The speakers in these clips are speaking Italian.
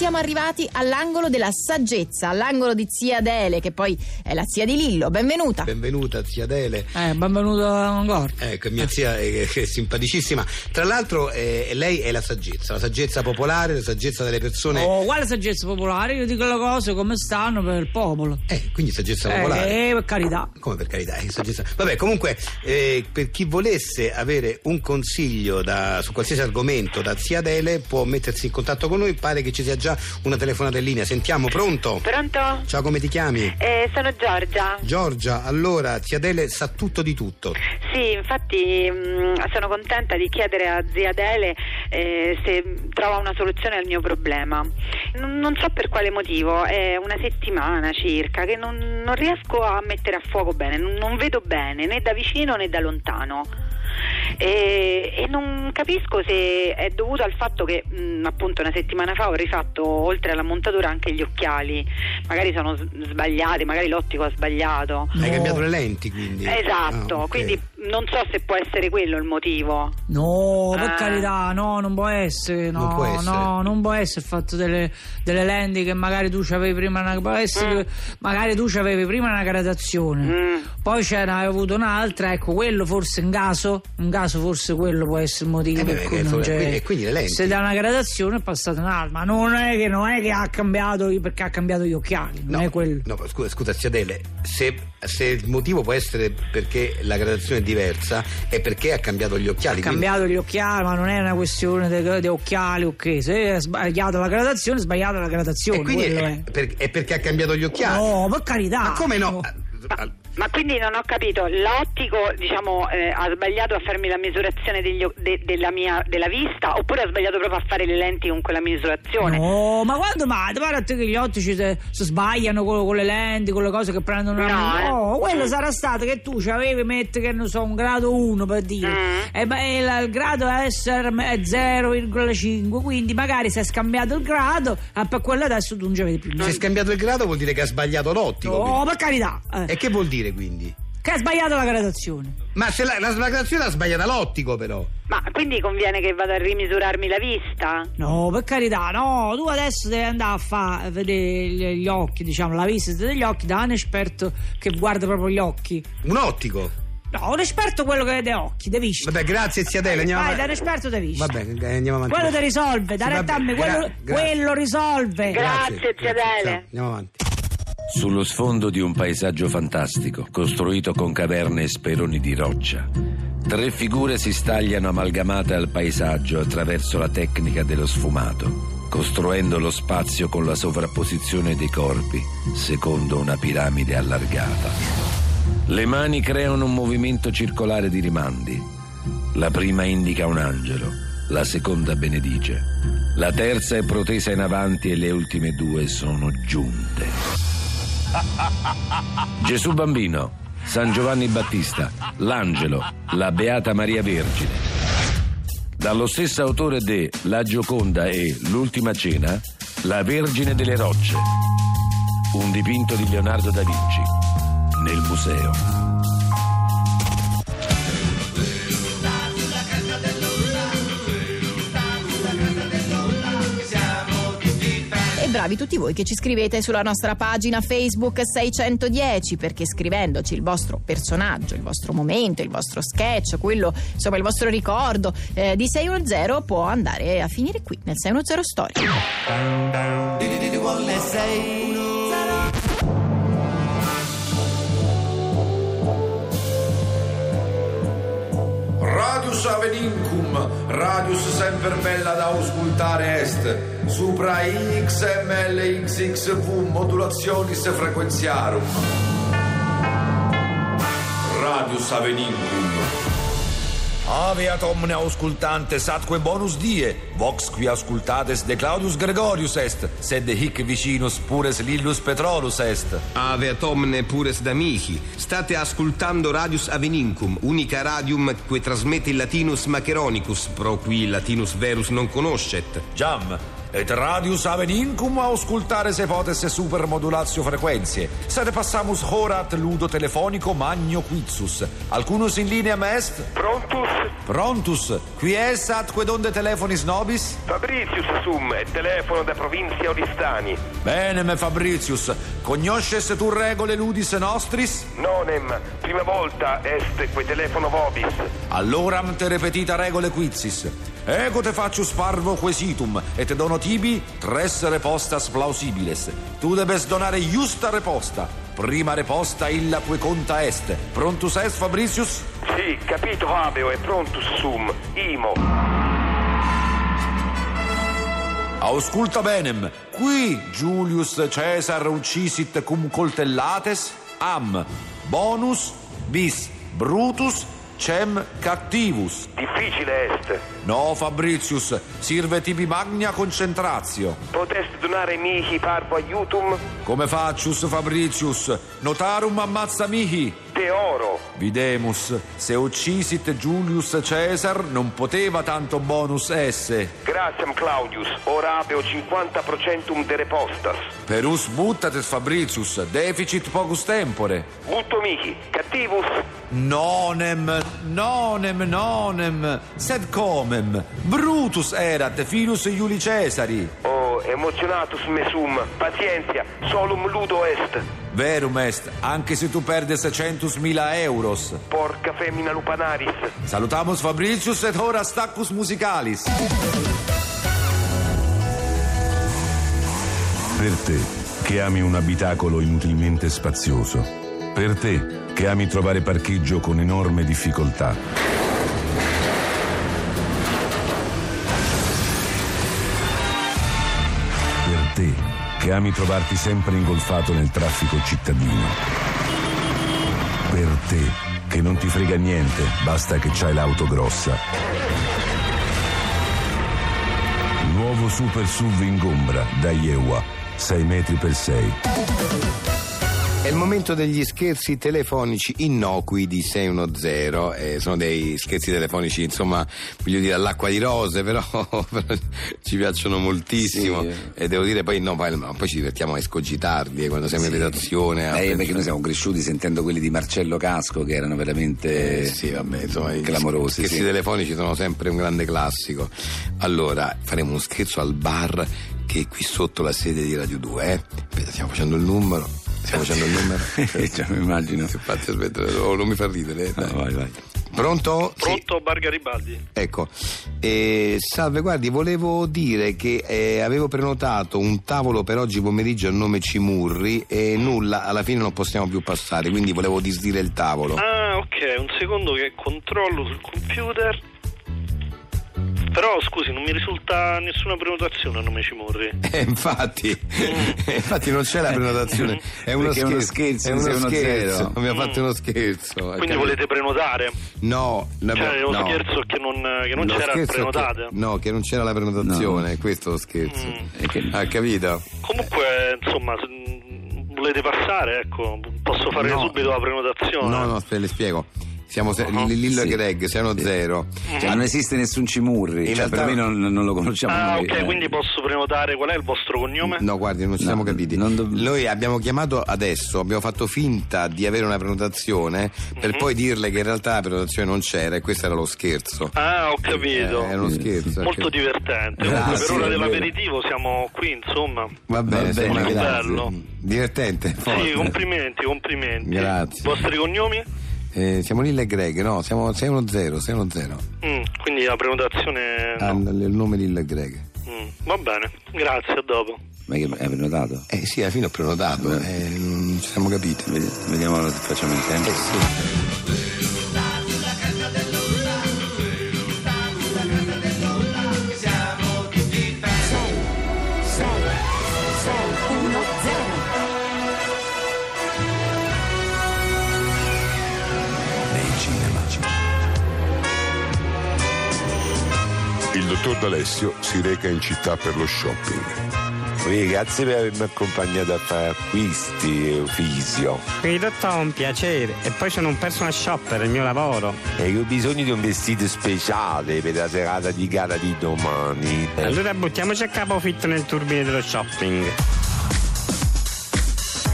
siamo arrivati all'angolo della saggezza, all'angolo di zia Adele, che poi è la zia di Lillo. Benvenuta. Benvenuta zia Adele. Eh, benvenuto a Angor. Ecco, mia zia è, è simpaticissima. Tra l'altro eh, lei è la saggezza, la saggezza popolare, la saggezza delle persone. Oh, quale saggezza popolare? Io dico le cose come stanno per il popolo. Eh, quindi saggezza Eh, popolare. eh, per carità. Come per carità, è saggezza. Vabbè, comunque, eh, per chi volesse avere un consiglio da- su qualsiasi argomento da zia Adele può mettersi in contatto con noi. Pare che ci sia già una telefonata in linea. Sentiamo, pronto? Pronto? Ciao, come ti chiami? Eh, sono Giorgia. Giorgia, allora, zia Adele sa tutto di tutto. Sì, infatti mh, sono contenta di chiedere a zia Adele eh, se trova una soluzione al mio problema. N- non so per quale motivo, è una settimana circa che non, non riesco a mettere a fuoco bene, non, non vedo bene né da vicino né da lontano. E, e non capisco se è dovuto al fatto che mh, appunto una settimana fa ho rifatto oltre alla montatura anche gli occhiali, magari sono s- sbagliati, magari l'ottico ha sbagliato. No. Hai cambiato le lenti, quindi. Esatto, Ah, ok. quindi non so se può essere quello il motivo. No, per Ah. carità, no, non può essere, no, Non può essere. no, non può essere il fatto delle, delle lenti che magari tu avevi prima una può essere che magari tu avevi prima una gradazione. Mm. Poi c'era hai avuto un'altra, ecco, quello forse in caso, in caso forse quello può essere il motivo Eh beh, per cui eh, non e c'è. quindi- e quindi le lenti. Se da una gradazione è passata un'altra, ma non è che non è che ha cambiato perché ha cambiato gli occhiali, non è quello. no, scusa, scusa zia Adele, se, se il motivo può essere perché la gradazione è diversa, è perché ha cambiato gli occhiali. Ha quindi- cambiato gli occhiali, ma non è una questione di occhiali o che. Se è sbagliata la gradazione, è sbagliata la gradazione. e quindi quello è, è. per- è perché ha cambiato gli occhiali. No, Ah. per carità. Ma come no? Ma, ma quindi non ho capito, l'ottico diciamo, eh, ha sbagliato a farmi la misurazione degli o- de- della, mia, della vista oppure ha sbagliato proprio a fare le lenti con quella misurazione? No, ma quando mai? Guarda a te che gli ottici se- se sbagliano con, con le lenti, con le cose che prendono una No, mano. eh. No, quello sarà stato che tu ci avevi, metti che non so, un grado 1 per dire. Mm. E, ma- e la- il grado SR è 0,5. Quindi magari se è scambiato il grado, ah, per quello adesso tu non ci vedi più Se è niente. scambiato il grado vuol dire che ha sbagliato l'ottico. No, quindi. per carità. eh. E che vuol dire quindi? Che ha sbagliato la gradazione. Ma se la, la gradazione l'ha sbagliata l'ottico però. Ma quindi conviene che vada a rimisurarmi la vista? No, per carità, no, tu adesso devi andare a fare vedere gli- gli occhi, diciamo, la visita degli occhi da un esperto che guarda proprio gli occhi. Un ottico. No, un esperto è quello che vede occhi, devi vista. Vabbè, grazie zia Adele, andiamo Vai, avanti. da un esperto devi vista. Vabbè, eh, andiamo avanti. Quello ti risolve, dai, Sì, retta a vabbè, me, quello, gra- grazie. quello risolve. Grazie, zia grazie, Adele. ciao, Andiamo avanti. Sullo sfondo di un paesaggio fantastico, costruito con caverne e speroni di roccia, tre figure si stagliano amalgamate al paesaggio attraverso la tecnica dello sfumato, costruendo lo spazio con la sovrapposizione dei corpi secondo una piramide allargata. Le mani creano un movimento circolare di rimandi. La prima indica un angelo, la seconda benedice, la terza è protesa in avanti e le ultime due sono giunte. Gesù Bambino, San Giovanni Battista, l'Angelo, la Beata Maria Vergine. Dallo stesso autore de La Gioconda e L'ultima cena, La Vergine delle Rocce. Un dipinto di Leonardo da Vinci nel museo. E bravi tutti voi che ci scrivete sulla nostra pagina Facebook 610 perché scrivendoci il vostro personaggio, il vostro momento, il vostro sketch, quello, insomma, il vostro ricordo eh, di 610 può andare a finire qui nel 610 Story. Radius avenincum, radius semper bella da auscultare est, supra XML XXV modulationis frequenziarum. Radius avenincum. Aveat omne auscultantes atque bonus die, vox qui auscultates de Claudius Gregorius est, sed hic vicinus pures Lillus Petrolus est. Aveat omne pures d'amici, state ascoltando Radius Avenincum, unica radium che trasmette il Latinus Maceronicus, pro cui il Latinus Verus non conoscet. Giam, et radius avenincum auscultare se potes super modulatio frequenzie, sed passamus horat ludo telefonico magno quizus, alcunus in lineam est? Prontus? Prontus, qui es atque donde telefonis nobis? Fabricius sum, e telefono da provincia Oristani. Bene, me Fabricius, cognosces tu regole ludis nostris? Nonem, prima volta est que telefono vobis. Alloram te repetita regole quizis. Ego te facius parvo quesitum, et dono tibi tres repostas plausibiles. Tu debes donare justa reposta. Prima reposta illa que conta est. Prontus est, Fabricius? Sì, capito habeo e prontus sum, imo. Ausculta benem, qui Julius Caesar uccisit cum coltellates am bonus bis Brutus cem captivus. Difficile est. No, Fabricius, sirve tibi magna concentratio. Potest donare mihi parvo aiutum? Come facius, Fabricius? Notarum ammazza mihi. Te oro. Videmus, se uccisit Julius Caesar non poteva tanto bonus esse. Gratiam Claudius, ora habeo 50% de repostas. Perus mutates Fabricius, deficit pocus tempore. Butto mihi, cattivus? Nonem, nonem, nonem, sed comem, Brutus erat filus Iuli Cesari. Oh, emotionatus me sum, pazientia, solum ludo est. Verum est, anche se tu perdes centusmila euros. Porca femina lupanaris. Salutamus Fabricius et ora staccus musicalis. Per te, che ami un abitacolo inutilmente spazioso. Per te, che ami trovare parcheggio con enorme difficoltà. Per te, che ami trovarti sempre ingolfato nel traffico cittadino. Per te, che non ti frega niente, basta che c'hai l'auto grossa. Nuovo Super SUV ingombra da Iewa, 6 metri per 6. È il momento degli scherzi telefonici innocui di 610. Eh, sono dei scherzi telefonici, insomma, voglio dire all'acqua di rose, però, però ci piacciono moltissimo. Sì, eh. E devo dire, poi, no, poi, no, poi ci divertiamo a escogitarli eh, quando siamo in redazione. a- Eh, perché noi siamo cresciuti sentendo quelli di Marcello Casco che erano veramente Eh, sì, vabbè, insomma, i clamorosi. scherzi sì. telefonici sono sempre un grande classico. Allora, faremo uno scherzo al bar che è qui sotto la sede di Radio 2. Eh? Aspetta, stiamo facendo il numero. Stiamo facendo il numero. Eh, Già mi immagino. Infatti, aspetta, oh, non mi fa ridere. eh, Ah, dai. vai, vai. Pronto? Sì. Pronto, Bargaribaldi. Ecco, eh, salve, guardi, volevo dire che eh, avevo prenotato un tavolo per oggi pomeriggio a nome Cimurri e nulla, alla fine non possiamo più passare, quindi volevo disdire il tavolo. Ah, ok, un secondo che controllo sul computer. Però scusi, non mi risulta nessuna prenotazione a nome Cimorri. Eh, infatti, Eh, infatti non c'è la prenotazione, è uno Perché è scherzo. uno scherzo, è uno sei uno scherzo, zero. Abbiamo fatto uno scherzo. Quindi capito? volete prenotare? No, l'abbiamo- Cioè, lo Eh, no. scherzo è che non, che non Lo c'era il scherzo è che- Mm. prenotate. no, che non c'era la prenotazione, questo è lo scherzo. E Eh, che- Ha capito? Comunque, insomma, se mm, volete passare, ecco, posso fare No. subito la prenotazione. No, no, aspetta, le spiego. Siamo se- Uh-huh. Lillo e Sì. Greg, siamo zero. Cioè, non esiste nessun Cimurri, In cioè, realtà- perlomeno non, non lo conosciamo Ah, noi. ok, eh. quindi posso prenotare qual è il vostro cognome? No, guardi, non ci siamo capiti. non do- Noi abbiamo chiamato adesso, abbiamo fatto finta di avere una prenotazione per poi dirle che in realtà la prenotazione non c'era e questo era lo scherzo. Ah, ho capito. Eh, era uno scherzo. Molto eh, che- divertente. Grazie, Comunque, per ora è vero. dell'aperitivo siamo qui, insomma. Va bene, Va bene, Mm. insomma, molto grazie. bello. Divertente, forte. Sì, complimenti, complimenti. Grazie. Vostri cognomi? Eh, siamo Lillo e Greg, no, siamo 610, 610. Mm, quindi la prenotazione... Eh, no. Ah, il nome Lillo e Greg. Mm, va bene, grazie, a dopo. Ma che hai prenotato? Eh sì, alla fine ho prenotato, eh, non ci siamo capiti. Ved- Vediamo se facciamo in tempo. Il dottor D'Alessio si reca in città per lo shopping. Voi grazie per avermi accompagnato a fare acquisti e fisio. Ridotto è un piacere e poi sono un personal shopper, è il mio lavoro. E io ho bisogno di un vestito speciale per la serata di gara di domani. Allora buttiamoci a capofitto nel turbine dello shopping.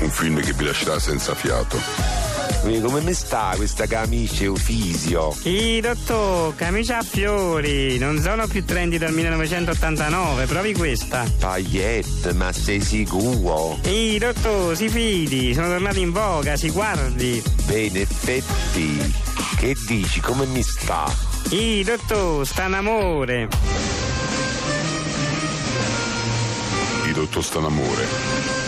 Un film che vi lascerà senza fiato. Voi come mi sta questa camicia o fisio? Sì, dottor, camicia a fiori, non sono più trendy dal 1989, provi questa. Pagliette, ma sei sicuro? Sì, dottor, si fidi, sono tornati in voga, si guardi. Beh, in effetti, che dici, come mi sta? Sì, dottor, sta in amore. Il dottor Stanamore.